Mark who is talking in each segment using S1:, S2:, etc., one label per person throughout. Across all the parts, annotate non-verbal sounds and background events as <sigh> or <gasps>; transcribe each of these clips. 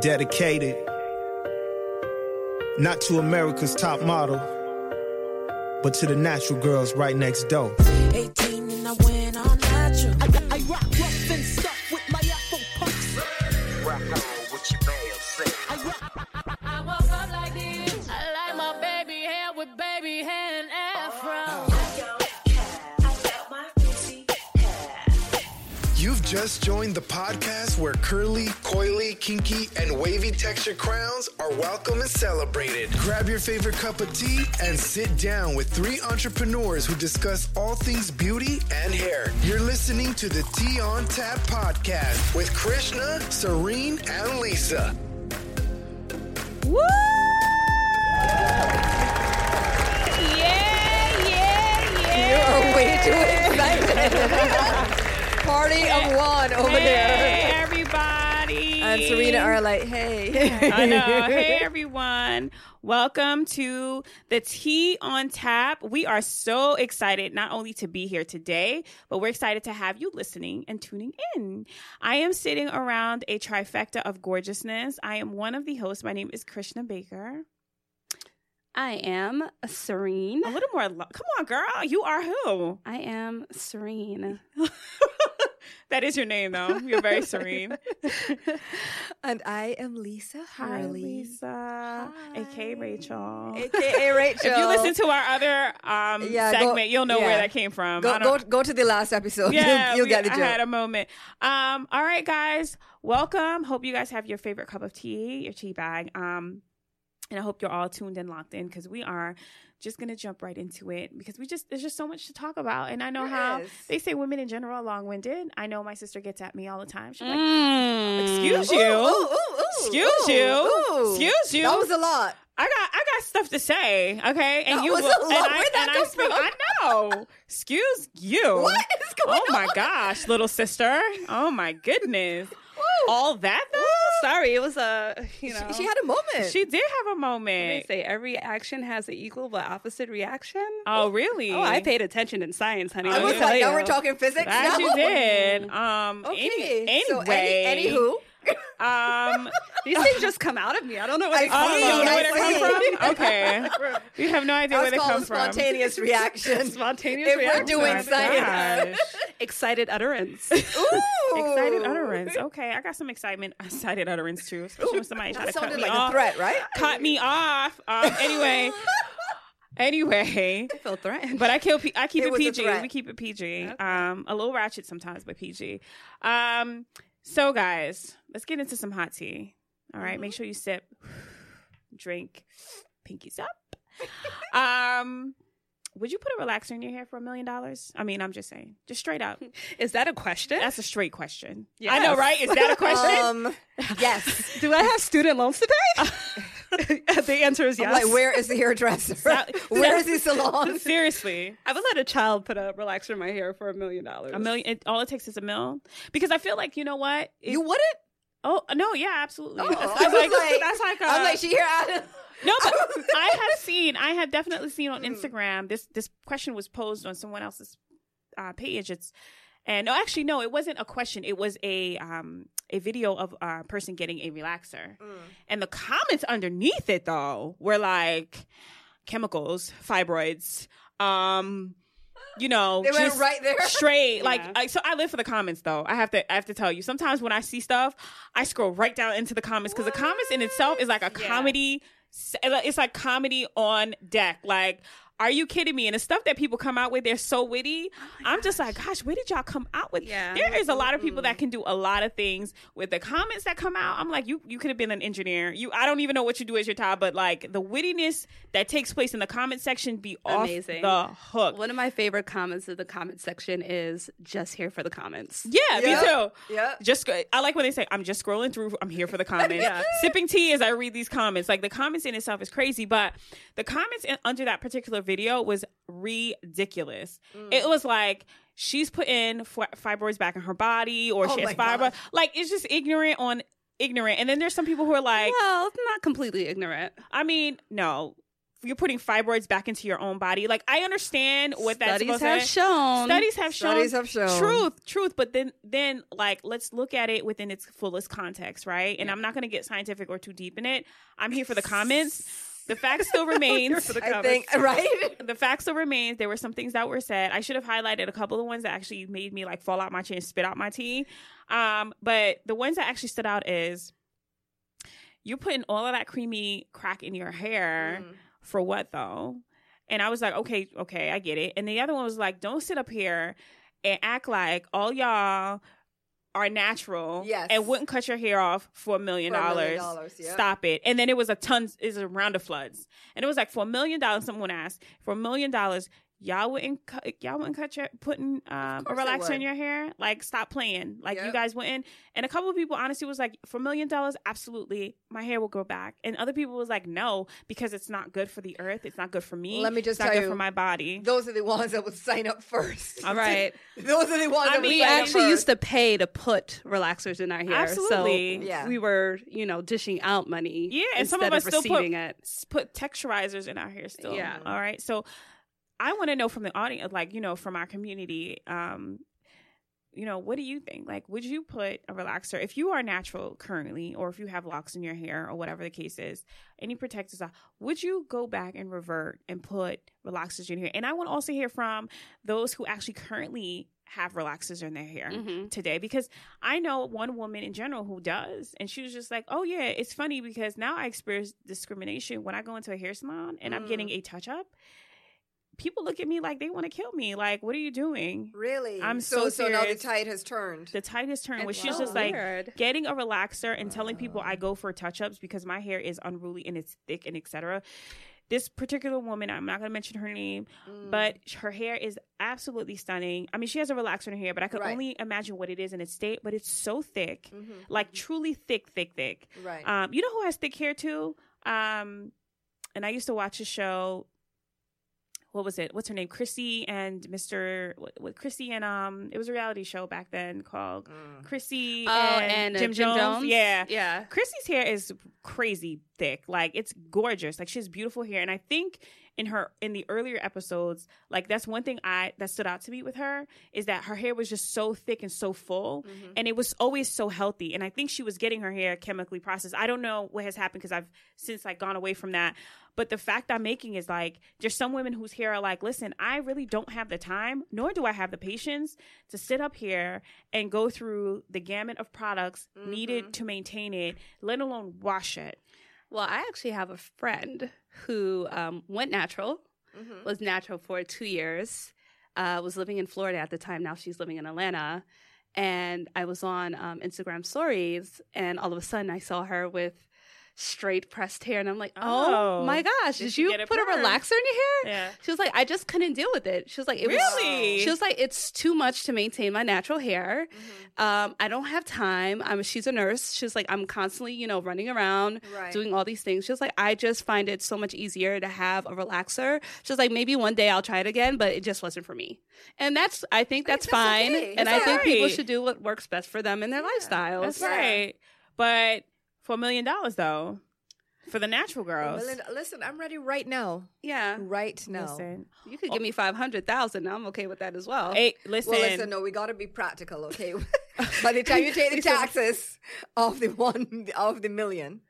S1: dedicated not to America's top model, but to the natural girls right next door.
S2: 18 and I went all natural. I, I rock rough and stuff with my Afro punks.
S3: Rock on with your bell says.
S2: I rock,
S4: I woke up like this. I like my baby hair with baby hair and afro.
S5: You've just joined the podcast where curly, coily, kinky, and wavy texture crowns are welcome and celebrated. Grab your favorite cup of tea and sit down with three entrepreneurs who discuss all things beauty and hair. You're listening to the Tea on Tap podcast with Krishna, Serene, and Lisa.
S4: Woo! Yeah, yeah, yeah.
S6: You're way
S4: <laughs>
S6: too excited. Party of one over there.
S4: Hey, everybody.
S6: And Serena are like, hey.
S4: I
S6: <laughs>
S4: know. Hey, everyone. Welcome to the Tea on Tap. We are so excited not only to be here today, but we're excited to have you listening and tuning in. I am sitting around a trifecta of gorgeousness. I am one of the hosts. My name is Krishna Baker.
S7: I am serene.
S4: A little more. Lo- Come on, girl. You are who?
S7: I am serene.
S4: That is your name, though. You're very serene.
S6: and I am Lisa
S4: <laughs> Hi,
S6: Harley.
S4: Lisa. AKA Rachel.
S6: AKA Rachel.
S4: <laughs> If you listen to our other um,
S6: Yeah, go-
S4: segment, you'll know where
S6: yeah.
S4: that came from. I
S6: go,
S4: don't-
S6: go, go to the last episode.
S4: <laughs> yeah,
S6: <laughs> You'll
S4: we-
S6: get the joke.
S4: I had a moment. Um, all right, guys, welcome. Hope you guys have your favorite cup of tea, your tea bag. Um, and I hope you're all tuned and locked in because we are just gonna jump right into it because we just there's just so much to talk about. And I know
S6: There
S4: how
S6: is.
S4: they say women in general are long-winded. I know my sister gets at me all the time. She's like,
S6: Mm.
S7: Excuse
S4: excuse you.
S6: Ooh, ooh, ooh,
S4: Excuse
S6: ooh,
S4: you.
S6: ooh.
S4: Excuse you.
S6: That was a lot.
S4: I got I got stuff to say, okay? And
S6: That
S4: you
S6: was a
S4: will-
S6: lot.
S4: and I
S6: Where'd that
S4: and I
S6: come
S4: speak
S6: from?
S4: I know. Excuse you.
S6: What <laughs> is going
S4: Oh my
S6: on?
S4: gosh, little sister. Oh my goodness.
S6: <laughs> Woo.
S4: All that though?
S7: Sorry, it was a you know.
S6: She, she had a moment.
S4: She did have a
S7: <laughs> They
S4: moment.
S7: say every action has an equal but opposite reaction.
S4: Oh really?
S7: Oh, I paid attention in science, honey.
S6: I
S7: let me
S6: was
S4: yeah.
S7: tell
S6: like, now
S7: you.
S6: we're talking physics.
S4: That
S6: now.
S4: you did. Um
S6: Okay.
S4: any,
S6: So any,
S4: anyway.
S6: anywho, <laughs>
S4: Um
S7: These
S4: <laughs>
S7: things just come out of me. I don't know what
S6: I
S7: they
S4: oh,
S7: come
S4: you
S6: see,
S4: don't know
S6: I
S4: where they come
S6: <laughs> see.
S4: from? Okay. You have no idea where
S6: that's
S4: they
S6: called
S4: come
S6: a
S4: from. <laughs> Oh
S6: spontaneous reaction.
S7: Spontaneous
S6: If we're
S7: reaction.
S6: doing
S4: my
S6: science.
S4: gosh.
S7: Excited
S4: <laughs>
S7: utterance.
S6: Ooh.
S4: Excited utterance. Okay, I got some excitement. <laughs> Excited utterance too. Especially when somebody tried to
S6: That
S4: cut
S6: sounded
S4: me
S6: like
S4: off.
S6: a threat, right?
S4: Cut me off. Um,
S6: <laughs>
S4: anyway, anyway.
S7: I feel threatened.
S4: But I kill. P- I keep
S6: It
S4: it,
S6: was a
S4: PG.
S6: threat.
S4: We keep it PG. Um, a little ratchet sometimes, but PG. Um, so guys, let's get into some hot tea. All right?
S6: Mm-hmm.
S4: make sure you sip, drink, pinkies up. <laughs> um, would you put a relaxer in your hair for a million dollars? I mean, I'm just saying, just straight
S6: <laughs>
S4: up.
S7: Is that a question?
S4: That's a straight question.
S7: Yes.
S4: I know, right? Is that
S6: <laughs>
S4: a question?
S6: Um, yes.
S7: Do I have student loans
S4: <laughs>
S7: today? <laughs> the answer is
S6: I'm
S7: yes.
S6: like, where is the hairdresser? <laughs> where is the
S4: <laughs>
S6: salon?
S4: Seriously,
S7: I would let a child put a relaxer in my hair for a million dollars.
S4: a million. It, all it takes is a mil. Because I feel like you know what? It-
S7: <laughs>
S6: You wouldn't?
S4: oh no, yeah, absolutely. <laughs>
S6: <laughs> Oh,
S4: that's,
S6: I
S4: that's
S6: was
S4: like,
S6: like-
S4: that's like a,
S6: I'm like, she here. I,
S4: no, but I have seen. I have definitely seen on Instagram. This this question was posed on someone else's uh, page. It's and no, actually, no, it wasn't a question. It was a um a video of a person getting a relaxer, and the comments underneath it though were like chemicals, fibroids, um. You know,
S6: They went
S4: just
S6: right there.
S7: <laughs>
S4: straight. Like,
S7: Yeah.
S4: I, so I live for the comments, though. I have to, I have to tell you. Sometimes when I see stuff, I scroll right down into the comments because the comments in itself is like a
S7: Yeah.
S4: comedy. It's like comedy on deck. Like, are you kidding me? And the stuff that people come out with, they're so witty. I'm just like, gosh, where did y'all come out with?
S7: Oh Yeah.
S4: There is a lot of people that can do a lot of things with the comments that come out. I'm like, you you could have been an engineer. You, I don't even know what you do as your job, but like the wittiness that takes place in the comment section be off
S7: Amazing.
S4: the hook.
S7: One of <laughs> my favorite comments of the comment section is just here for the comments.
S4: yeah, me
S6: Yeah.
S4: too.
S6: Yep.
S4: Just I like when they say I'm just scrolling through. I'm here
S6: <laughs>
S4: for the comments.
S7: Yeah.
S4: Sipping tea as I read these comments. Like the comments in itself is crazy, but the comments in, under that particular video was ridiculous.
S6: Mm.
S4: It was like she's putting fi- fibroids back in her body, or
S6: Oh
S4: she has
S6: my God.
S4: fibroids. Like it's just ignorant on ignorant. And then there's some people who are like,
S7: Well, not completely ignorant.
S4: I mean, no. you're putting fibroids back into your own body. Like I understand what that's
S7: Studies
S4: supposed
S7: have
S4: to
S7: shown.
S4: Studies have shown.
S6: Studies have shown.
S4: Truth, truth. But then, then like let's look at it within its fullest context, right? And I'm not going to get scientific or too deep in it. I'm here for the comments. The fact
S6: <laughs>
S4: still remains.
S6: I think <laughs> right.
S4: the fact still remains there were some things that were said i should have highlighted a couple of ones that actually made me like fall out my chair and spit out my tea um but the ones that actually stood out is you're putting all of that creamy crack in your hair
S6: Mm.
S7: Mm-hmm.
S4: for what though and i was like okay okay i get it and the other one was like don't sit up here and act like all y'all are natural
S6: Yes.
S4: and wouldn't cut your hair off for a million
S6: For a
S4: dollars
S6: million dollars, yep.
S4: stop it and then it was a tons is a round of floods and it was like for a million dollars someone asked for a million dollars y'all wouldn't cut y'all wouldn't cut your putting um, a
S6: course they
S4: relaxer
S6: would.
S4: in your hair like stop playing like you
S6: Yep.
S4: guys wouldn't and a couple of people honestly was like for a million dollars absolutely my hair will grow back and other people was like no because it's not good for the earth it's not good for me
S6: Let me
S4: it's
S6: just
S4: not
S6: tell
S4: good
S6: you,
S4: for my body
S6: Those are the ones that would sign up first.
S4: I'm
S7: right.
S6: <laughs> Those are the ones
S4: I
S6: that would
S4: mean,
S7: We
S6: sign up
S7: actually
S6: first.
S7: used to pay to put relaxers in our hair.
S4: Absolutely.
S7: So
S6: Yeah.
S7: we were, you know, dishing out money.
S4: Yeah,
S7: instead
S4: and some of us still put-
S7: receiving it.
S4: s- put texturizers in our hair still.
S7: Yeah.
S4: All right. So I want to know from the audience, like, you know, from our community, um, you know, what do you think? Like, would you put a relaxer if you are natural currently, or if you have locks in your hair, or whatever the case is, any protectors? off, Would you go back and revert and put relaxers in your hair? And I want to also hear from those who actually currently have relaxers in their hair
S7: Mhm.
S4: today because I know one woman in general who does, and she was just like, "Oh yeah, it's funny because now I experience discrimination when I go into a hair salon and
S7: Mm.
S4: I'm getting a touch up. People look at me like they want to kill me. Like, what are you doing?
S6: Really?
S4: I'm
S6: so
S4: so
S6: now the
S4: serious.
S6: tide has turned.
S4: The tightest turn was
S7: It's
S4: she's
S7: so
S4: just like
S7: weird.
S4: getting a relaxer and telling people I go for touch ups because my hair is unruly and it's thick and etc. This particular woman, I'm not going to mention her name, but
S7: Mm.
S4: her hair is absolutely stunning. I mean, she has a relaxer in her hair, but I could
S6: Right.
S4: only imagine what it is in its state. But it's so thick,
S6: Mhm.
S4: like truly thick, thick, thick.
S6: Right.
S4: Um, you know who has thick hair too? Um, and I used to watch a show. What was it? What's her name? Chrissy and Mr. What, what Chrissy and um, it was a reality show back then called
S6: Mm.
S4: Chrissy
S7: Oh,
S4: and,
S7: and, uh,
S4: Jim, Jones. Yeah,
S7: Yeah.
S4: Chrissy's hair is crazy thick. Like it's gorgeous. Like she has beautiful hair, and I think in her in the earlier episodes, like that's one thing I that stood out to me with her is that her hair was just so thick and so full, and it was always so healthy. And I think she was getting her hair chemically processed. I don't know what has happened because I've since like gone away from that. But the fact I'm making is like there's some women whose hair are like, listen, I really don't have the time, nor do I have the patience to sit up here and go through the gamut of products
S6: Mm-hmm.
S4: needed to maintain it, let alone wash it.
S7: Well, I actually have a friend who um, went natural,
S4: Mm-hmm.
S7: was natural for two years, uh, was living in Florida at the time. Now she's living in Atlanta. And I was on um, Instagram stories, and all of a sudden I saw her with straight pressed hair. And I'm like, oh,
S4: Oh.
S7: my gosh,
S4: Did
S7: did
S4: she
S7: you
S4: get it
S7: put a
S4: permed?
S7: relaxer in your hair?
S4: Yeah.
S7: She was like, I just couldn't deal with it. She was like, it
S4: Really?
S7: was. She was like, it's too much to maintain my natural hair. Um, I don't have time. I'm. She's a nurse. She was like, I'm constantly, you know, running around,
S6: Right.
S7: doing all these things. She was like, I just find it so much easier to have a relaxer. She was like, maybe one day I'll try it again, but it just wasn't for me. And that's. I think that's,
S6: that's
S7: fine.
S6: okay.
S7: And
S4: That's
S7: I think people
S4: alright.
S7: should do what works best for them and their lifestyles.
S4: That's
S6: Yeah.
S4: right. But for a million dollars though, for the natural girls.
S6: Melinda, listen, I'm ready right now.
S7: Yeah.
S6: Right now.
S4: Listen,
S7: You could give me five hundred thousand. I'm okay with that as well.
S4: hey, listen,
S6: Oh. Well, listen, no, we got to be practical, <laughs> okay? By the time you take the taxes off the one of the million,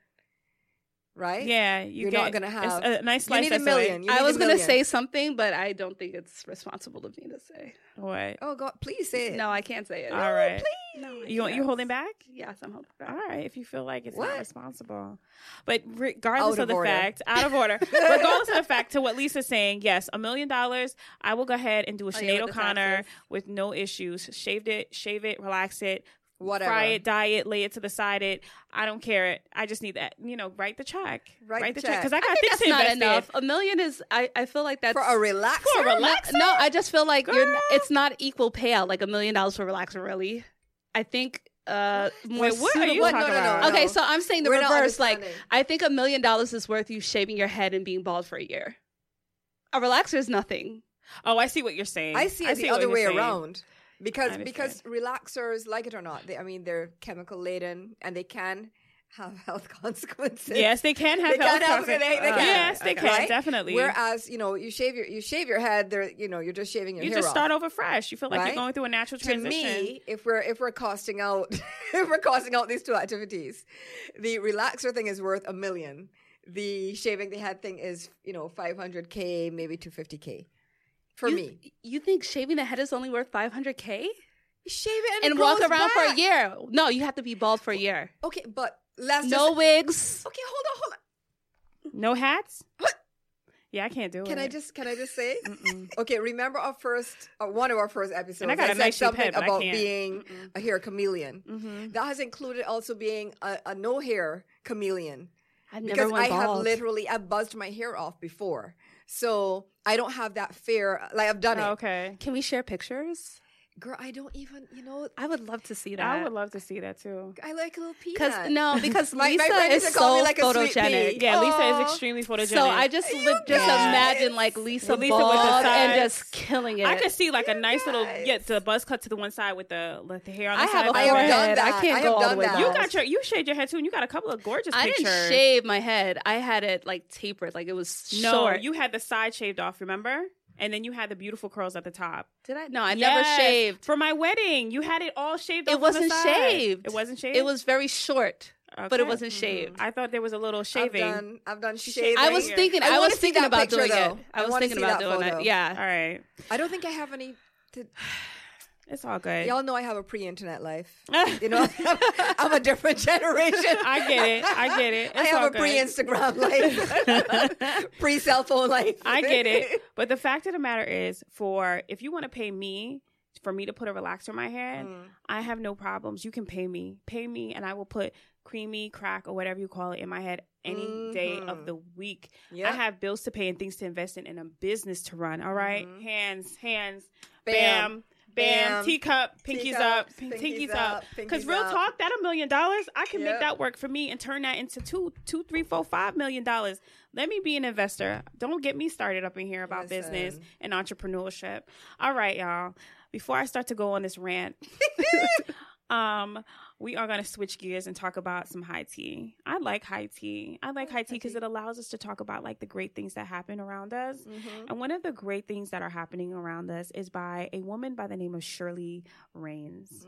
S6: right?
S4: yeah, you
S6: You're
S4: get,
S6: not gonna
S4: it's
S6: have
S4: a nice
S6: You
S4: slice.
S6: need a
S4: that's the way-
S6: million. You need
S7: I
S6: a
S7: was gonna
S6: million.
S7: say something, but I don't think it's responsible of me to say.
S4: What?
S6: Oh God, please say it.
S7: No, I can't say it.
S4: All right.
S7: No, I
S4: You want you
S7: can't.
S4: holding back?
S7: Yes, I'm holding back.
S4: All right, if you feel like it's
S6: What?
S4: not responsible. But regardless
S6: Out
S4: of,
S6: of
S4: the
S6: order.
S4: fact, out of
S6: <laughs>
S4: order, regardless of the fact to what Lisa's saying, yes, a million dollars, I will go ahead and do a
S7: Oh, yeah,
S4: Sinead
S7: with the
S4: O'Connor
S7: taxes.
S4: with no issues. Shaved it, shave it, relax it,
S6: Whatever.
S4: fry it, dye it, lay it to the side it. I don't care it. I just need that, you know, write the check.
S6: Write the
S4: the check.
S6: check.
S4: Because I got
S7: I think
S4: things
S7: that's
S4: to
S7: not
S4: invest
S7: enough.
S4: in.
S7: A million is. I, I feel like that's
S6: for a relaxer.
S7: For a relaxer? No, I just feel like you're.
S4: Girl.
S7: It's not equal payout. Like a million dollars for a relaxer, really. I think uh more
S4: Wait, what are you
S7: suitable-
S4: talking
S6: No, no, no,
S4: about?
S6: no.
S7: Okay, so I'm saying the
S6: We're not
S7: reverse. Like,
S6: understanding.
S7: I think a million dollars is worth you shaving your head and being bald for a year. A relaxer is nothing.
S4: Oh, I see what you're saying.
S6: I see it the
S4: what
S6: other
S4: you're
S6: way
S4: saying.
S6: around because
S4: I
S6: because relaxers, like it or not, they, I mean they're chemical laden and they can have <laughs> health
S4: <laughs>
S6: consequences.
S4: Yes, they <laughs> can have
S6: They
S4: health
S6: can't have-
S4: consequences.
S6: they- they
S7: can.
S4: Uh, Yes, they
S7: Okay.
S4: can
S6: Right?
S4: definitely.
S6: Whereas you know you shave your you shave your head, there you know you're just shaving your
S4: you
S6: hair
S4: just
S6: off.
S4: start over fresh. You feel like
S6: Right?
S4: you're going through a natural
S6: to
S4: transition.
S6: me, if we're if we're costing out <laughs> if we're costing out these two activities, the relaxer thing is worth a million. The shaving the head thing is you know 500k, maybe 250k. For
S7: you,
S6: me,
S7: you think shaving the head is only worth 500k
S6: shave it and, it
S7: and, walk
S6: grows
S7: around for a
S6: back.
S7: year? No, you have to be bald for a year.
S6: Okay, but let's
S7: no
S6: just,
S7: wigs.
S6: Okay, hold on, hold on.
S4: no hats.
S6: What?
S4: Yeah, I can't do it.
S6: Can I just can I just say?
S4: Mm-mm.
S6: Okay, remember our first uh, one of our first episodes.
S4: And I got a
S6: said
S4: nice shape
S6: something
S4: head, but I
S6: about
S4: can't.
S6: being a hair chameleon.
S4: Mhm.
S6: That has included also being a, a no hair chameleon
S7: I've
S6: because I have
S7: bald.
S6: literally I buzzed my hair off before, so I don't have that fear. Like I've done
S4: Oh,
S6: it,
S4: okay.
S7: Can we share pictures?
S6: girl. I don't even you know.
S7: I would love to see that.
S4: I would love to see that too.
S6: I like little
S7: because
S6: peanut. <laughs>
S7: no, because
S6: My- my
S7: Lisa
S6: friend
S7: is
S6: used to call me
S7: so
S6: like a sweet
S7: photogenic.
S6: pea.
S4: Yeah, Lisa is
S6: Aw.
S4: extremely photogenic.
S7: So I just would just imagine like Lisa,
S4: With Lisa with the
S7: bald and
S4: sides.
S7: just killing it.
S4: I could see like a nice little
S6: guys.
S4: yeah, the buzz cut to the one side with the like, the hair on the
S7: I
S4: side.
S7: have a
S4: but-
S6: I have
S7: forehead.
S6: done that.
S7: I can't
S6: I
S7: go
S6: have
S7: all the
S6: done
S7: way
S6: that.
S7: down.
S4: You got your you shaved your head too, and you got a couple of gorgeous
S7: I
S4: pictures.
S7: didn't shave my head. I had it like tapered, like it was
S4: No,
S7: short.
S4: you had the side shaved off. Remember? And then you had the beautiful curls at the top.
S7: did I? No, I
S4: Yes.
S7: never shaved.
S4: for my wedding. You had it all shaved. off
S7: It
S4: on the
S7: wasn't
S4: side.
S7: shaved.
S4: It wasn't shaved.
S7: It was very short, but
S4: Okay. Mm-hmm.
S7: it wasn't shaved.
S4: I thought there was a little shaving.
S6: I've done, I've done shaving.
S7: I was
S4: here.
S7: thinking.
S6: I
S7: I,
S6: wanna
S7: was
S6: see
S7: thinking
S6: that
S7: about
S6: picture,
S7: doing
S6: though.
S7: it.
S6: I
S7: I was
S6: wanna
S7: thinking
S6: see
S7: about
S6: that
S7: doing
S6: photo.
S7: it. Yeah.
S4: All right,
S6: I don't think I have any. To,
S4: it's all good.
S6: y'all know I have a
S4: <laughs>
S6: pre-internet life. You know, I'm, a different generation.
S4: I get it. I get
S7: <laughs>
S4: it.
S6: I
S4: It's all
S6: have a
S4: good.
S6: pre-Instagram
S4: <laughs>
S6: life, pre-cell phone life.
S4: I get it. But the fact of the matter is, for if you want to pay me for me to put a relaxer in my hair, I have no problems. You can pay me, pay me, and I will put creamy crack or whatever you call it in my head any day
S6: Mhm.
S4: of the week.
S6: Yeah.
S4: I have bills to pay and things to invest in and a business to run. All right? hands, hands,
S6: Bam.
S4: bam. Bam,
S6: Bam.
S4: teacup, pinkies
S6: Teacups,
S4: up,
S6: pinkies
S4: pinkies
S6: up,
S4: up. Because
S6: pinkies
S4: real
S6: up.
S4: talk, that a million dollars, I can
S6: Yep.
S4: make that work for me and turn that into two, two, three, four, five million dollars. Let me be an investor. Don't get me started up in here about business
S6: Listen.
S4: and entrepreneurship. All right, y'all. Before I start to go on this rant, <laughs> um, we are going to switch gears and talk about some high tea. I like high tea. I like high tea because it allows us to talk about like the great things that happen around us.
S6: Mm-hmm.
S4: And one of the great things that are happening around us is by a woman by the name of Shirley Raines.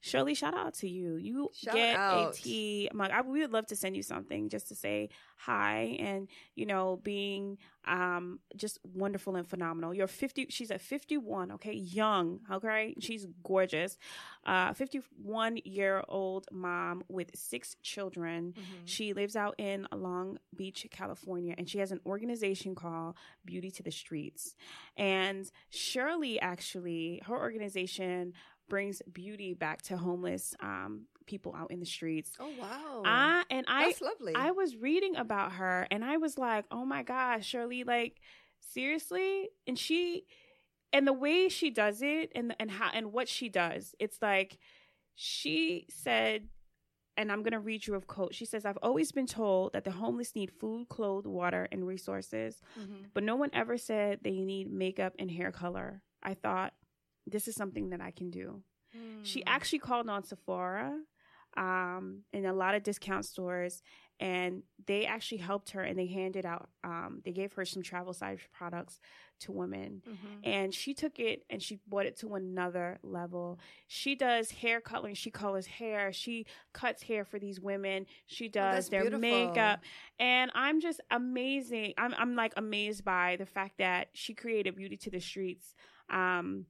S4: Shirley, shout out to you. You
S6: Mm-hmm. Shout
S4: get
S6: out.
S4: a tea mug. I, we would love to send you something just to say hi and you know being um just wonderful and phenomenal. You're 50. She's at 51. Okay, young. Okay, she's gorgeous. Uh, 51 year old mom with six children.
S6: Mm-hmm.
S4: She lives out in Long Beach, California, and she has an organization called Beauty to the Streets. And Shirley, actually, her organization brings beauty back to homeless um, people out in the streets.
S6: Oh wow,
S4: I, and I,
S6: that's lovely.
S4: I was reading about her, and I was like, oh my gosh, Shirley, like seriously. And she, and the way she does it, and and how and what she does, it's like she said and I'm going to read you a quote. She says, I've always been told that the homeless need food, clothes, water, and resources, but no one ever said they need makeup and hair color. I thought, this is something that I can do. She actually called on Sephora um, and a lot of discount stores, and they actually helped her and they handed out, um, they gave her some travel size products to women.
S6: Mm-hmm.
S4: And she took it and she brought it to another level. She does hair coloring, she colors hair, she cuts hair for these women, she does
S6: Oh, that's
S4: their
S6: beautiful.
S4: makeup. And I'm just amazing. I'm, I'm like amazed by the fact that she created Beauty to the Streets. Um,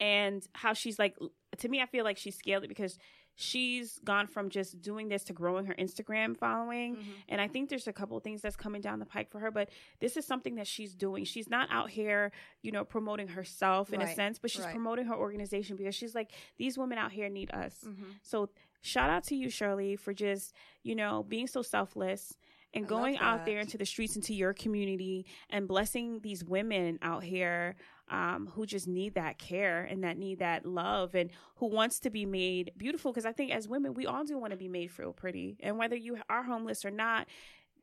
S4: and how she's like to me i feel like she scaled it because she's gone from just doing this to growing her instagram following
S6: Mm-hmm.
S4: and i think there's a couple of things that's coming down the pike for her but this is something that she's doing she's not out here you know promoting herself in a
S6: Right,
S4: sense but she's
S6: right.
S4: promoting her organization because she's like these women out here need us
S6: Mhm.
S4: so shout out to you shirley for just you know being so selfless and
S6: I love
S4: going out there
S6: that.
S4: into the streets into your community and blessing these women out here um, who just need that care and that need that love and who wants to be made beautiful because i think as women we all do want to be made feel pretty and whether you are homeless or not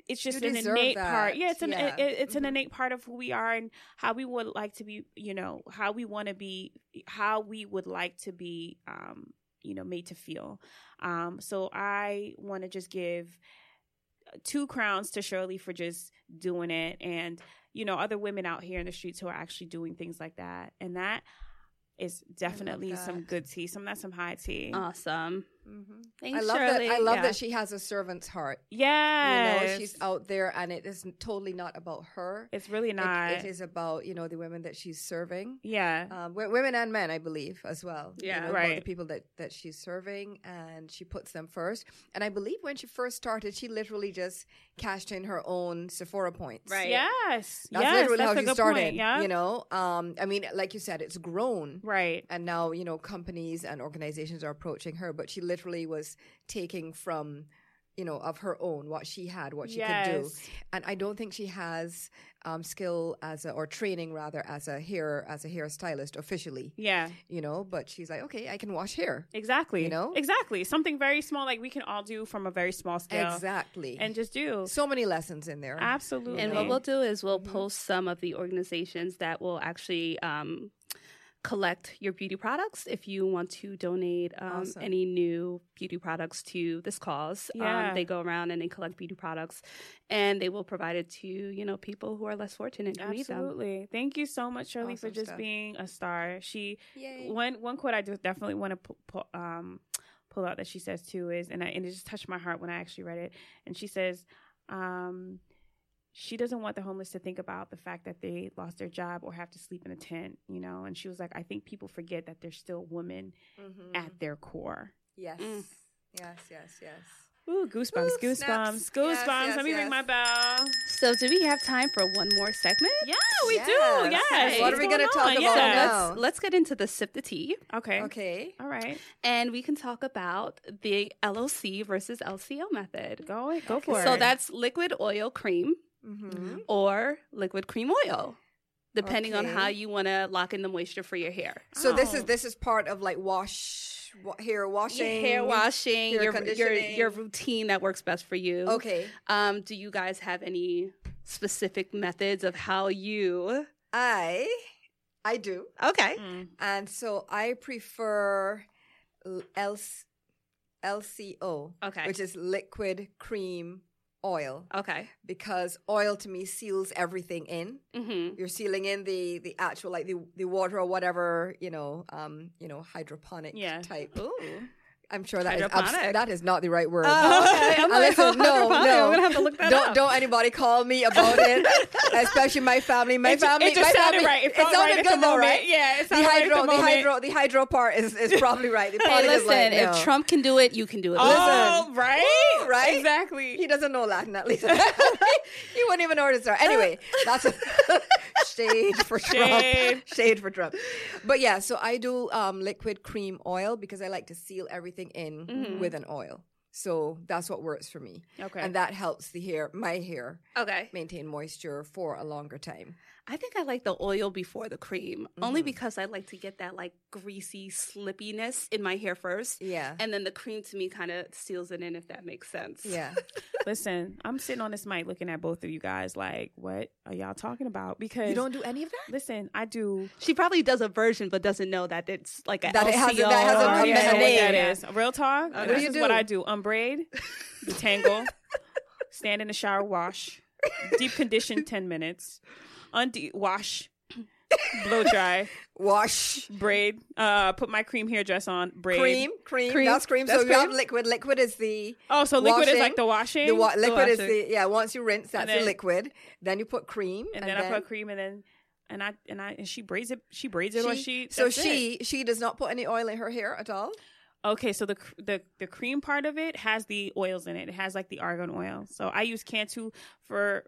S4: it's just
S6: You
S4: an
S6: deserve
S4: innate
S6: that.
S4: part yeah it's an
S6: Yeah.
S4: it- it's an
S6: Mhm.
S4: innate part of who we are and how we would like to be you know how we want to be how we would like to be um you you know made to feel. Um, so I want to just give uh, two crowns to Shirley for just doing it, and you know other women out here in the streets who are actually doing things like that, and that is definitely
S7: that.
S4: some good tea, some not some high tea.
S6: Um,
S7: Awesome.
S6: Mhm.
S7: Thanks,
S6: I love
S7: Shirley.
S6: that. I love
S7: Yeah.
S6: that she has a servant's heart.
S4: yeah,
S6: You know, she's out there, and it is totally not about her.
S4: It's really
S6: It-
S4: not.
S6: it is about you know the women that she's serving,
S4: yeah.
S6: um, wo- women and men, I believe, as well. You
S7: Yeah.
S6: know, about
S4: Right.
S6: The people that that she's serving, and she puts them first. And I believe when she first started, she literally just cashed in her own Sephora points.
S7: Right.
S4: Yes.
S6: That's
S4: yes.
S6: literally
S4: that's
S6: how
S4: a
S6: she
S4: good
S6: started.
S4: Point. Yeah.
S6: You know, um, I mean, like you said, it's grown.
S4: Right.
S6: And now, you know, companies and organizations are approaching her, but she literally was taking from, you know, of her own what she had, what she could do.
S4: Yes.
S6: And I don't think she has um, skill as a, or training rather as a hair as a hairstylist officially,
S4: Yeah.
S6: you know, but she's like, okay, I can wash hair.
S4: Exactly.
S6: You know?
S4: Exactly. Something very small, like we can all do from a very small scale,
S6: Exactly.
S4: and just do.
S6: so many lessons in there.
S4: Absolutely.
S7: And what we'll do is we'll
S4: Mm-hmm.
S7: post some of the organizations that will actually um, collect your beauty products if you want to donate um,
S6: Awesome.
S7: any new beauty products to this cause.
S4: Yeah.
S7: Um, they go around and they collect beauty products and they will provide it to, you know, people who are less fortunate who need them.
S4: Absolutely. Thank you so much, Shirley, for
S6: Awesome
S4: just
S6: stuff.
S4: being a star. She
S6: Yay.
S4: one one quote I do definitely want to pu- pu- um, pull out that she says too is, and I, and it just touched my heart when I actually read it. And she says, um, she doesn't want the homeless to think about the fact that they lost their job or have to sleep in a tent, you know. And she was like, I think people forget that they're still women
S6: Mhm.
S4: at their core.
S6: Yes.
S7: Mm.
S6: Yes, yes, yes.
S4: Ooh, goosebumps,
S6: Ooh,
S4: goosebumps,
S6: snaps.
S4: goosebumps.
S6: Yes,
S4: Let
S6: yes,
S4: me ring
S6: yes.
S4: my bell.
S7: So, do we have time for one more segment?
S4: Yeah, Oh, we do.
S6: Yes.
S4: Yes.
S7: What
S4: What's
S7: are we
S4: going
S6: gonna talk
S4: on?
S6: about
S7: So,
S4: Yes.
S6: now?
S7: let's, let's get into the sip the tea
S4: Okay. Okay.
S6: Okay.
S4: All right.
S7: and we can talk about the LOC versus LCO method.
S4: Go it. Go for it.
S7: So, that's liquid oil cream.
S6: Mm-hmm.
S7: or liquid cream oil, depending on how
S6: Okay.
S7: you want to lock in the moisture for your hair.
S6: So this is
S4: Oh.
S6: this is part of like wash wa- hair washing,
S7: Your hair washing, your,
S6: hair
S7: your
S6: conditioning.
S7: your routine that works best for you.
S6: Okay,
S7: Um, do you guys have any specific methods of how you?
S6: I I do,
S7: Okay.
S4: Mm.
S6: and so I prefer l- LC, LCO,
S7: Okay.
S6: which is liquid cream oil,
S7: Okay.
S6: because oil to me seals everything in.
S7: Mm-hmm.
S6: You're sealing in the the actual like the the water or whatever you know um you know hydroponic
S4: Yeah.
S6: type.
S7: Ooh.
S6: I'm sure that is abs-
S7: Hydroponic.
S6: that is not the right word.
S7: Oh, okay. I'm
S6: Uh,
S7: like, <laughs>
S6: listen, no,
S7: hydroponic.
S6: no.
S7: I'm gonna have to look that
S6: don't
S7: up.
S6: don't anybody call me about
S7: <laughs>
S6: it, especially my family. My
S4: It ju-
S6: family.
S4: it just
S6: my
S4: sounded
S6: family,
S4: right. It felt
S6: sounded
S4: right at
S6: good
S4: the
S6: though,
S4: moment.
S6: right?
S4: Yeah, it
S6: the
S4: sounded right at
S6: hydro,
S4: the
S6: the,
S4: moment.
S6: hydro, the hydro part is, is probably right. The part
S7: Hey,
S6: is
S7: listen.
S6: like,
S7: If
S6: no.
S7: Trump can do it, you can do it.
S4: Oh, right,
S6: Woo, right?
S4: exactly.
S6: he doesn't know Latin at least, <laughs> he wouldn't even know what it's are. Anyway, that's <laughs> shade for Trump.
S4: Shade.
S6: <laughs> Shade for Trump. But yeah, so I do um, liquid cream oil because I like to seal everything in with an oil. So that's what works for me.
S4: Okay.
S6: And that helps the hair, my hair,
S7: Okay.
S6: maintain moisture for a longer time.
S7: I think I like the oil before the cream, only because I like to get that like greasy slippiness in my hair first.
S6: Yeah.
S7: And then the cream to me kind of seals it in, if that makes sense.
S6: yeah.
S4: Listen, I'm sitting on this mic looking at both of you guys like, what are y'all talking about? Because
S6: You don't <laughs> do any of that?
S4: listen, I do.
S7: She probably does a version, but doesn't know that it's like a
S6: That it has a- that has a-
S7: LCO.
S6: a
S4: yeah, I know what that
S6: name.
S4: is. Real talk.
S7: Okay.
S4: This
S6: do you
S4: is what
S6: do?
S4: I do:
S6: <laughs>
S4: unbraid, detangle, stand in the shower, wash, deep condition ten minutes, unde wash, blow dry,
S6: <laughs> Wash.
S4: braid, uh, put my cream hairdress on, braid.
S6: Cream, cream,
S7: Cream.
S6: That's cream.
S7: That's
S6: so you have
S7: cream.
S6: liquid. Liquid is the
S4: Oh, so liquid is like the
S6: washing.
S4: washing.
S6: The wa- liquid is
S7: washing.
S6: the yeah. Once you rinse, that's
S4: then-
S6: the liquid. Then you put cream,
S4: and, then, I put cream, and then and I and I and she braids it. She braids it, or she.
S6: so
S4: that's it.
S6: she she does not put any oil in her hair at all.
S4: Okay, so the cr- the the cream part of it has the oils in it. It has like the argan oil. So I use Cantu for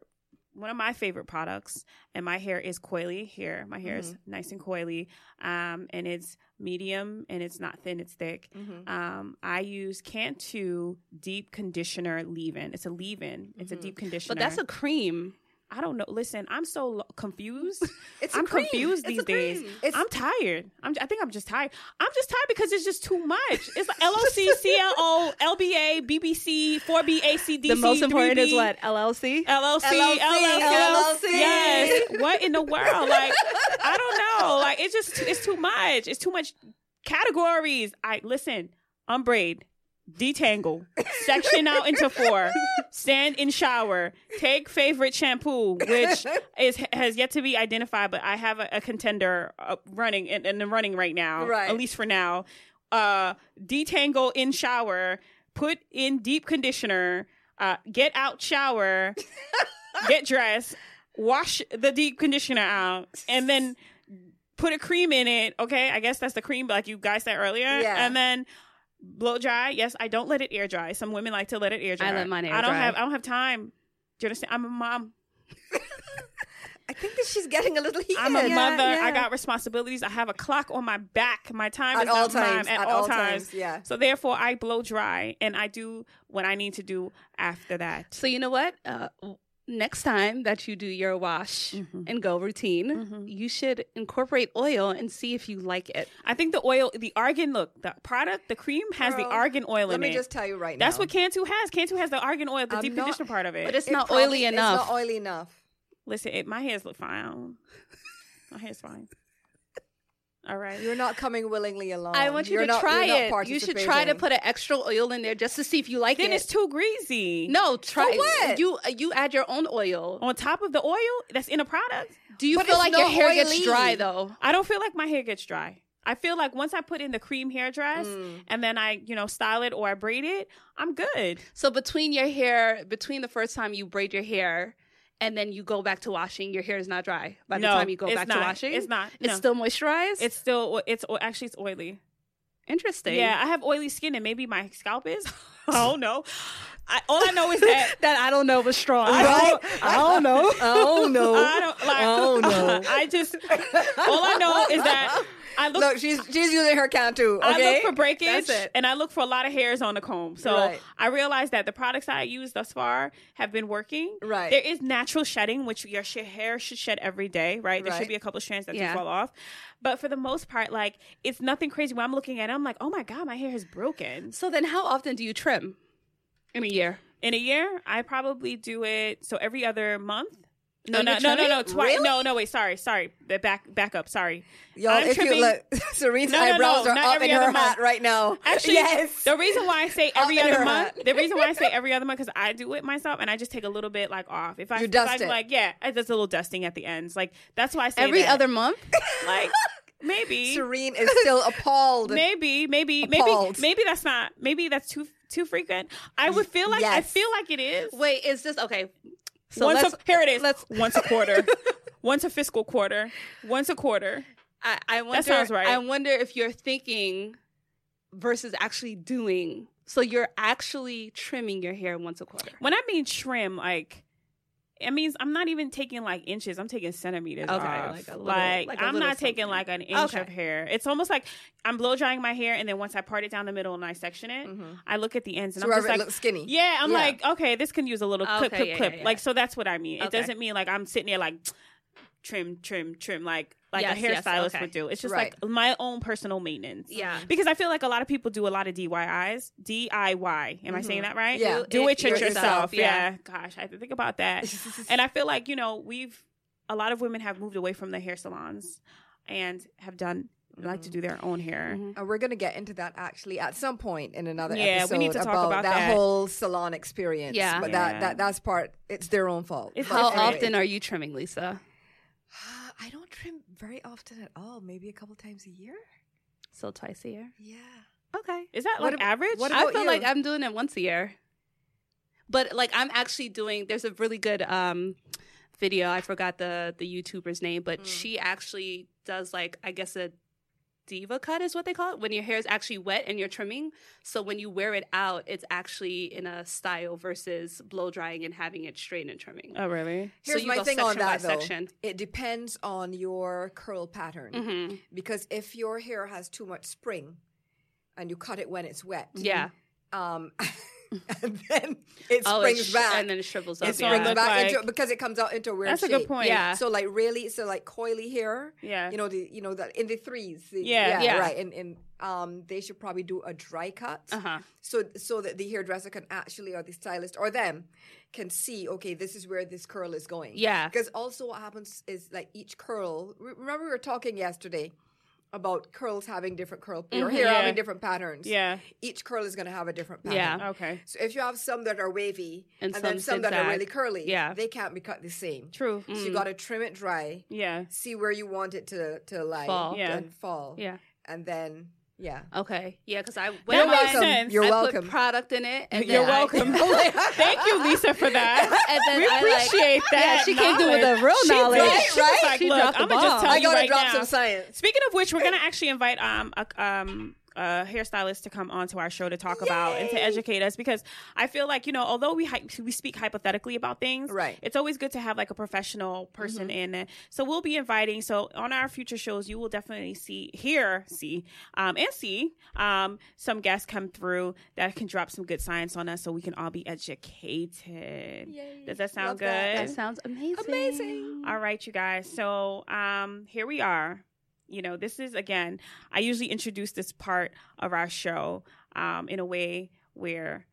S4: one of my favorite products, and my hair is coily here. My hair is
S6: Mm-hmm.
S4: nice and coily, um, and it's medium and it's not thin. It's thick.
S6: Mm-hmm.
S4: Um, I use Cantu Deep Conditioner Leave-In. It's a leave-in. It's a deep
S6: Mm-hmm.
S4: conditioner.
S7: But that's a cream.
S4: I don't know. Listen, I'm so lo- confused.
S6: It's a
S4: I'm
S6: cream.
S4: confused
S7: <laughs> It's
S4: these
S7: a
S4: days.
S7: cream.
S6: It's-
S4: I'm tired. I'm, I think I'm just tired. I'm just tired because it's just too much.
S7: <laughs>
S4: It's like LOC, CLO, LBA, BBC, 4BACDC.
S7: the most important is what LLC.
S6: Uh,
S4: LLC, LLC,
S6: LLC, LLC.
S4: Yes. What in the world? Like, I don't know. Like, it's just, it's too much. It's too much categories. I, listen, unbraid, detangle, section out into four, stand in shower, take favorite shampoo, which is has yet to be identified, but I have a, a contender uh, running and, and running right now,
S6: Right.
S4: at least for now. Uh, detangle in shower, put in deep conditioner, uh, get out shower, get dressed, wash the deep conditioner out, and then put a cream in it. Okay, I guess that's the cream, like you guys said earlier.
S6: Yeah.
S4: And then blow dry. Yes, I don't let it air dry. Some women like to let it air dry.
S7: I let mine air
S4: I don't
S7: dry.
S4: have. I don't have time. Do you understand? I'm a mom.
S6: I think that she's getting a little heated.
S4: I'm a
S7: Yeah,
S4: mother. I
S7: yeah.
S4: got responsibilities. I have a clock on my back. My time
S6: At
S4: is
S6: all
S4: not mine
S6: times,
S4: at,
S6: at
S4: all
S6: all
S4: times.
S6: times, yeah.
S4: So therefore, I blow dry and I do what I need to do after that.
S7: So you know what? Uh, w- next time that you do your wash
S6: Mm-hmm.
S7: and go routine, you should incorporate oil and see if you like it.
S4: I think the oil, the argan. Look, the product, the cream has the
S6: Girl,
S4: argan oil
S6: Let
S4: in
S6: me
S4: it.
S6: just tell you right
S4: That's
S6: now.
S4: what Cantu has. Cantu has the argan oil, the
S6: I'm
S4: deep
S6: not-
S4: conditioner part of it.
S7: But it's
S6: It
S7: not
S6: probably-
S7: oily
S6: it's
S7: enough.
S6: not oily enough.
S4: Listen, it, my hairs look
S6: <laughs>
S4: fine. My hair's fine. All right.
S6: You're not coming willingly along.
S7: I want you
S6: Oh, You're
S7: to
S6: not-
S7: try
S6: you're
S7: it.
S6: not
S7: You should try to
S6: participating.
S7: put an extra oil in there just to see if you like
S4: then
S7: it.
S4: it's too greasy.
S7: no, try it.
S6: what? Oh,
S7: You uh, you add your own oil.
S4: On top of the oil that's in a product,
S7: Do you
S6: But
S7: feel
S6: it's
S7: like your
S6: not
S7: hair gets
S6: oily.
S7: dry though?
S4: I don't feel like my hair gets dry. I feel like once I put in the cream hair dress
S6: Mm.
S4: and then I, you know, style it or I braid it, I'm good.
S7: So between your hair, between the first time you braid your hair and then you go back to washing, your hair is not dry by the
S4: No,
S7: time you go
S4: it's
S7: back
S4: not.
S7: to washing.
S4: It's not.
S7: It's
S4: No.
S7: still moisturized.
S4: It's still, it's o- actually it's oily.
S7: interesting.
S4: Yeah, I have oily skin and maybe my scalp is. <laughs> I don't know. I, all I know is
S6: <laughs>
S4: that
S7: <laughs> that I don't know was strong. <laughs>
S6: I don't know. <laughs> I don't know.
S4: I don't like. <laughs> I just all I know is that I look.
S6: Look, she's she's using her count too. Okay?
S4: I look for breakage
S6: That's it.
S4: and I look for a lot of hairs on the comb. So
S6: Right.
S4: I realized that the products I use thus far have been working.
S6: Right.
S4: There is natural shedding, which your sh- hair should shed every day, right? There
S6: Right.
S4: should be a couple strands that
S7: Yeah.
S4: do fall off. But for the most part, like it's nothing crazy. When I'm looking at it, I'm like, oh my God, my hair is broken.
S7: So then, how often do you trim in a year?
S4: In a year, I probably do it so every other month. No,
S7: Oh,
S4: no,
S7: you're
S4: no, no, no,
S7: trimming?
S4: twice.
S6: Really?
S4: No, no, wait, sorry, sorry. Back back up, sorry.
S6: Y'all,
S4: I'm
S6: if
S4: trimming-
S6: you look, <laughs> Serene's
S4: No, no, no,
S6: eyebrows are
S4: not
S6: up
S4: every
S6: in her
S4: other month.
S6: hat right now.
S4: Actually,
S6: yes.
S4: the reason why I
S6: <laughs>
S4: say every
S6: Up in
S4: other
S6: her
S4: month,
S6: hat.
S4: the reason why I
S6: <laughs>
S4: say every other month, because I do it myself and I just take a little bit like off. If I
S6: You
S4: if
S6: dust
S4: I,
S6: it.
S4: like yeah, I just a little dusting at the ends. Like that's why I say
S7: Every
S4: that.
S7: other month?
S4: <laughs> like
S6: <laughs>
S4: maybe
S6: Serene is still appalled.
S4: maybe maybe
S6: Appalled.
S4: maybe maybe that's not maybe that's too too frequent. I would feel like I
S6: Yes.
S4: feel like it is.
S7: Wait, is this okay? So
S4: once
S7: let's.
S4: a, here it is.
S7: let's-
S4: once a
S7: <laughs>
S4: quarter. once a fiscal quarter. Once a quarter.
S7: I, I wonder.
S4: sounds right.
S7: I wonder if you're thinking versus actually doing. So you're actually trimming your hair once a quarter.
S4: When I mean trim, like it means I'm not even taking like inches. I'm taking centimeters.
S7: Okay,
S4: off.
S7: like a little-
S4: Like,
S7: like a
S4: I'm
S7: little
S4: not taking
S7: something.
S4: like an inch
S7: Okay.
S4: of hair. It's almost like I'm blow drying my hair, and then once I part it down the middle and I section it,
S7: Mm.
S4: I look at the ends and
S6: So
S4: I'm just
S6: wherever it
S4: like,
S6: looks skinny.
S4: yeah, I'm
S6: Yeah.
S4: like, okay, this can use a little clip,
S7: Okay,
S4: clip,
S7: yeah,
S4: clip.
S7: yeah, yeah.
S4: Like so, that's what I mean. It
S7: Okay.
S4: doesn't mean like I'm sitting there like trim, trim, trim, like like a
S7: Yes, yes,
S4: hairstylist
S7: okay.
S4: would do. It's just
S6: Right.
S4: like my own personal maintenance.
S7: Yeah.
S4: because I feel like a lot of people do a lot of DIYs. DIY. Am I saying that right?
S6: Mm-hmm. Yeah.
S4: do it, yourself.
S7: yourself,
S4: Yeah.
S7: yeah.
S4: Gosh, I had to think about
S6: <laughs>
S4: that. and I feel like you know we've a lot of women have moved away from the hair salons and have done like to
S6: Mm-hmm.
S4: do their own hair.
S6: Uh, we're going to get into that actually at some point in another
S4: Yeah,
S6: episode
S4: we need to talk
S6: about,
S4: about
S6: that,
S4: that.
S6: whole salon experience.
S7: Yeah.
S6: but
S4: Yeah.
S6: that that that's part. It's their own fault.
S4: It's
S6: But
S7: How
S4: Okay.
S7: often are you trimming, Lisa?
S6: <sighs> I don't trim very often at all. Maybe a couple times a year.
S7: So twice a year.
S6: Yeah.
S7: Okay.
S4: Is that
S6: What
S4: like
S6: ab-
S4: average?
S6: what
S7: I
S6: about
S7: feel
S6: you?
S7: like I'm doing it once a year. But like I'm actually doing there's a really good um video. I forgot the the YouTuber's name,
S6: Mm.
S7: but she actually does like I guess a diva cut is what they call it when your hair is actually wet and you're trimming. So when you wear it out, it's actually in a style versus blow drying and having it straight and trimming.
S4: oh
S6: <laughs>
S4: really?
S7: So
S6: Here's
S7: you
S6: my
S7: go
S6: thing on
S7: section by
S6: that though.
S7: section.
S6: It depends on your curl pattern
S7: Mhm.
S6: because if your hair has too much spring, and you cut it when it's wet,
S7: Yeah.
S6: um, <laughs> and then it
S7: Oh,
S6: springs
S7: it's sh-
S6: back.
S7: and then it shrivels up.
S6: it
S4: what
S7: yeah.
S6: springs
S4: look
S6: back
S4: like.
S6: into because it comes out into a weird
S4: That's a
S6: shape.
S4: good point.
S7: Yeah.
S6: So like really, so like coily hair.
S4: Yeah.
S6: You know the you know the in the threes. the-
S4: Yeah.
S7: Yeah.
S6: Right. And and um they should probably do a dry cut.
S7: Uh-huh.
S6: So so that the hairdresser can actually or the stylist or them can see okay this is where this curl is going.
S7: Yeah.
S6: Because also what happens is like each curl. re- Remember we were talking yesterday about curls having different curl or
S7: Mhm.
S6: hair
S4: Mm-hmm. Yeah.
S6: having different patterns.
S4: Yeah.
S6: Each curl is going to have a different pattern.
S7: Yeah.
S4: Okay.
S6: So if you have some that are wavy
S7: And
S6: and, then
S7: some
S6: some that are
S7: zigzag.
S6: really curly,
S7: Yeah.
S6: they can't be cut the same.
S4: True.
S6: So you got to trim it dry,
S4: Yeah.
S6: see where you want it to to lie
S7: Fall.
S4: Yeah.
S6: and fall,
S7: Yeah. Uh,
S6: and then yeah.
S7: Okay. Yeah, because I
S4: That
S7: when
S4: makes
S7: I,
S4: sense. sense.
S6: You're
S7: I
S6: welcome.
S7: put product in it, and
S4: You're
S7: then <laughs> I-
S4: welcome. Thank you, Lisa, for that.
S7: and then
S4: We
S7: I, like-
S4: appreciate that.
S7: Yeah, she came through with
S4: knowledge.
S7: a real
S4: She
S7: knowledge,
S4: <laughs> did. She was
S6: <laughs> Right?
S4: like,
S7: She
S4: "Look,
S7: dropped the
S4: I'ma just
S7: ball.
S4: tell
S6: I
S4: you
S6: gotta
S4: right
S6: drop
S4: now."
S6: some science.
S4: Speaking of which, we're gonna actually invite um a um a hairstylist to come onto our show to talk about and to educate us because I feel like you know although we hy- we speak hypothetically about things,
S6: Right. Mm-hmm.
S4: It's always good to have like a professional person in. So we'll be inviting. So on our future shows, you will definitely see hear see um and see um some guests come through that can drop some good science on us so we can all be educated. Does that sound
S6: Love
S4: good?
S6: that.
S7: That sounds amazing.
S6: Amazing.
S4: All right, you guys. So um here we are. You know, this is again, I usually introduce this part of our show um in a way where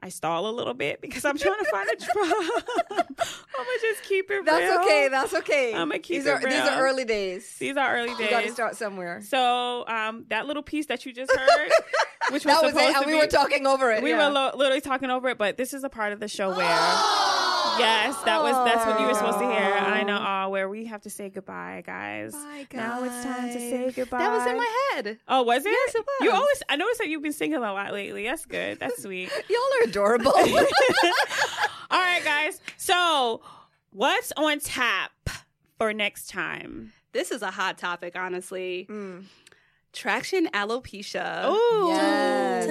S4: I stall a little bit because I'm trying to find a <laughs> drop. I'm gonna just keep it
S6: That's
S4: real.
S6: okay. That's okay.
S4: I'ma keep
S6: these
S4: it
S6: are these
S4: real.
S6: are early days.
S4: These are early
S6: You got to
S4: days.
S6: start somewhere.
S4: So um that little piece that you just
S6: <laughs>
S4: heard, which
S6: that
S4: was
S6: was it,
S4: supposed
S6: and
S4: to
S6: we
S4: be,
S6: were talking over it.
S4: we
S6: Yeah.
S4: were lo- literally talking over it, but this is a part of the show
S6: <gasps>
S4: where, yes, that was that's what you were supposed to hear. I know, uh, where we have to say goodbye, guys.
S6: Bye,
S4: Now it's time to say
S6: guys.
S4: goodbye.
S7: That was in my head.
S4: Oh, was it?
S7: Yes, it
S4: You
S7: was.
S4: always. I noticed that you've been singing a lot lately. That's good.
S7: <laughs>
S4: That's sweet. <laughs>
S6: Y'all are adorable.
S4: All right, guys. So, what's on tap for next time?
S7: This is a hot topic, honestly.
S6: Mm.
S7: Traction alopecia.
S4: Ooh,
S6: Yes.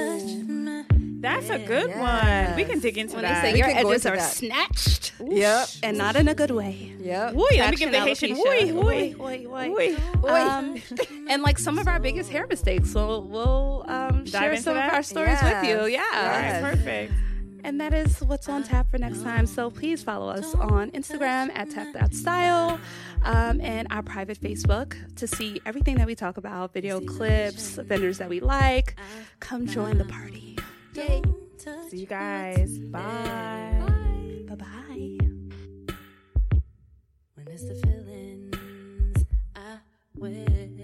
S4: that's a good
S6: Yes.
S4: one. We can dig into
S7: When they
S4: that.
S7: say
S6: We
S7: your
S6: can go
S7: edges
S6: into
S7: are
S6: that.
S7: snatched,
S6: Yep.
S7: and not in a good way.
S6: Yep.
S4: Wooey, let me give the Haitian
S7: Traction alopecia.
S4: wooey, wooey,
S7: Wooey,
S4: wooey.
S7: wooey. Um, and like some of our biggest hair mistakes. So we'll um, share
S4: into
S7: some
S4: that?
S7: of our stories
S6: Yes.
S7: with you. Yeah.
S4: All right,
S6: Yes.
S4: perfect.
S7: And that is what's on tap for next time. So please follow us on Instagram at tap.style um, and our private Facebook to see everything that we talk about video clips, vendors that we like. Come join the party.
S4: See you guys. Bye.
S7: Bye bye.
S8: When it's the feelings I wish